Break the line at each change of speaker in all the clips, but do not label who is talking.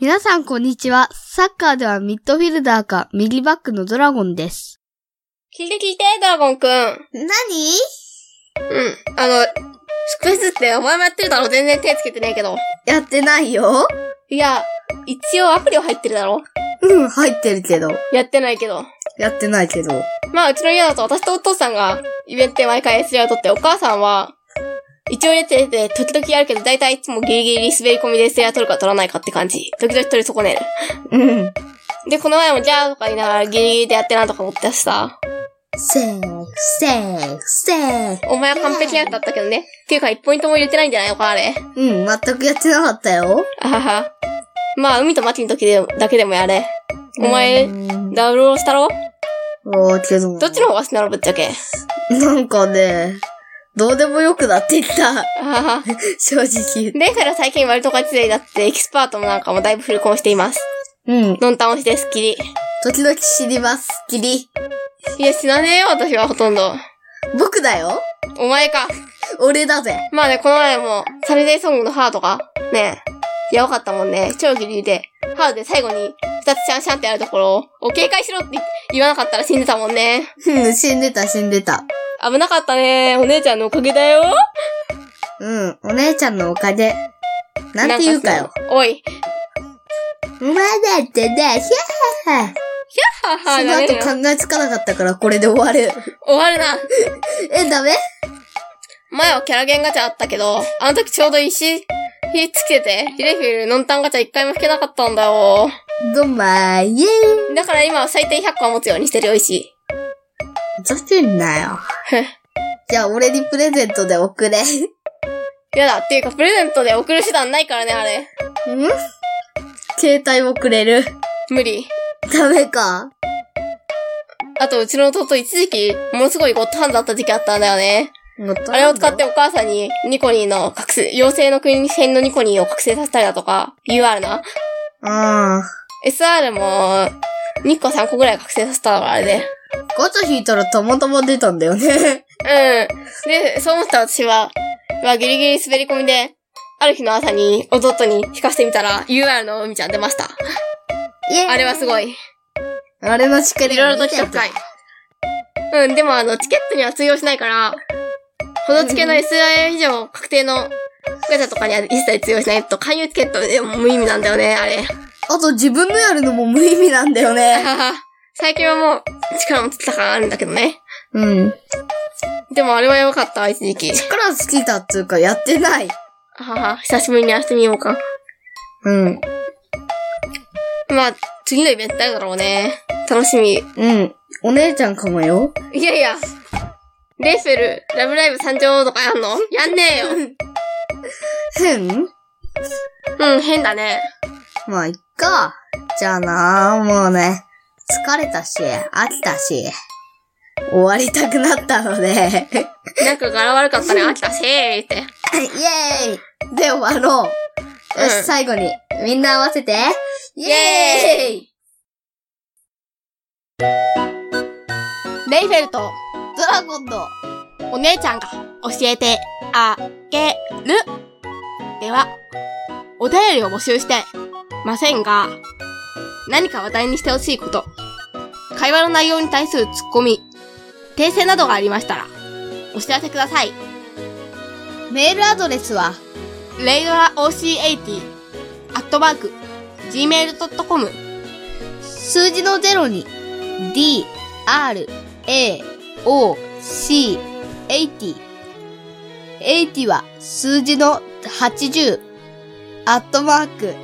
皆さんこんにちは。サッカーではミッドフィルダーか右バックのドラゴンです。
聞いて聞いて、ドラゴンくん。うん。
何
あの、少しずつってお前もやってるだろ全然手つけてないけど。
やってないよ。
いや、一応アプリは入ってるだろ
うん、入ってるけど。
やってないけど。
やってないけど。
まあ、うちの家だと私とお父さんがイベントで毎回 SJ を取って、お母さんは、一応入れてて、時々やるけど、だいたいいつもギリギリ滑り込みで SJ を取るか取らないかって感じ。時々取り損ね
うん。
る。で、この前もじゃあとか言いながらギリギリでやってなとか思ってたしさ。
セーフ、セーフ、セーフ。
お前は完璧なやつだったけどね。っていうか、一ポイントも入れてないんじゃないのか、あれ。
うん、全くやってなかったよ。
あはは。まあ、海と町の時でだけでもやれ。お前
うん
ダブルローしたろ
おー、けど。
どっちの方が好きなのぶっちゃけ。
なんかね、どうでもよくなってきた。
あはは。
正直。
レイフェルは最近割と勝ち勢だって、エキスパートもなんかもだいぶフルコンしています。
うん。
ノンタン押しですっきり。
時々知ります。きり。
いや、死なねえよ、私はほとんど。
僕だよ。
お前か。
俺だぜ。
まあね、この前も、サルデーソングのハードが、ねえ、やばかったもんね。超ギリギリで、ハードで最後に、二つシャンシャンってやるところを、お警戒しろって言わなかったら死んでたもんね。
うん、死んでた、死んでた。
危なかったね。お姉ちゃんのおかげだよ。
うん、お姉ちゃんのおかげ。なんて言うかよ
な。んそう。おい。
お前だってね、ひゃはは。
はっは
そ
ー、
の
ダメ
後
だよ。
考えつかなかったからこれで終わる。
終わるな。
え、ダメ
前はキャラゲンガチャあったけど、あの時ちょうど石、火つけて、ヒレフィル、ノンタンガチャ一回も引けなかったんだよ。
どんまいえ
だから今は最低100個は持つようにしてるよ、石。
ふざけん なよ
へ。
じゃあ俺にプレゼントで送れ。ん
やだ、っていうか、プレゼントで送る手段ないからね、あれ。
携帯をくれる。
無理。
ダメか
あと、うちの弟一時期、ものすごいゴッドハンドだった時期あったんだよね。あ
あ
れを使ってお母さんに、ニコニーの覚醒、妖精の国編のニコニーを覚醒させたりだとか、UR な。
ああ。
SR も、2個3個ぐらい覚醒させたからあれで。
ガチャ引いたらたまたま出たんだよね。
うん。で、そう思った私は、まあ、ギリギリ滑り込みで、ある日の朝に、弟に引かせてみたら、UR の海ちゃん出ました。 あれはすご
い。
い。
あれの力
いろいろと企画会。うん、でもあの、チケットには通用しないから、このチケの SIA 以上確定のガチャとかには一切通用しないと、勧誘チケットでも無意味なんだよね、あれ。
あと自分のやるのも無意味なんだよね。
最近はもう、力もつった感あるんだけどね。
うん。
でもあれはやばかった、一時期。
力尽きたっていうかやってない。
あはは、久しぶりにやらせてみようか。
うん。
まあ、次のイベントだろうね。楽しみ。
うん。お姉ちゃんかもよ。
いやいや。レッフェル、ラブライブ参上とかやんのやんねえよ。
変
うん、変だね。
まあ、いっか。じゃあなもうね、疲れたし、飽きたし、終わりたくなったの で、イエ
なんか柄悪かったね。飽きたせーって。
ーイで終わろう。
う
よ
ん
し、最後に、みんな合わせて、イ
イエー
エーイ
イレイフェルと
ドラゴンの、
お姉ちゃんが教えてあげる。では、お便りを募集してませんが、何か話題にしてほしいこと、会話の内容に対するツッコミ、訂正などがありましたら、お知らせください。
メールアドレスは、
レイドラ OC80、アットマーク、gmail.com、
数字の0に、d, r, a, o, c, 80。80は数字の80、アットマーク、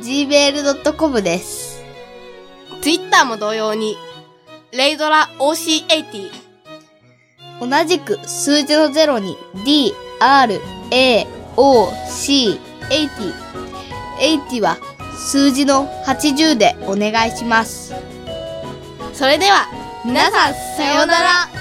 gmail.com です。
ツイッターも同様に、レイドラ OC80、
同じく数字の0に D, R, A, O, C, 80。80は数字の80でお願いします。
それでは、皆さん、さようなら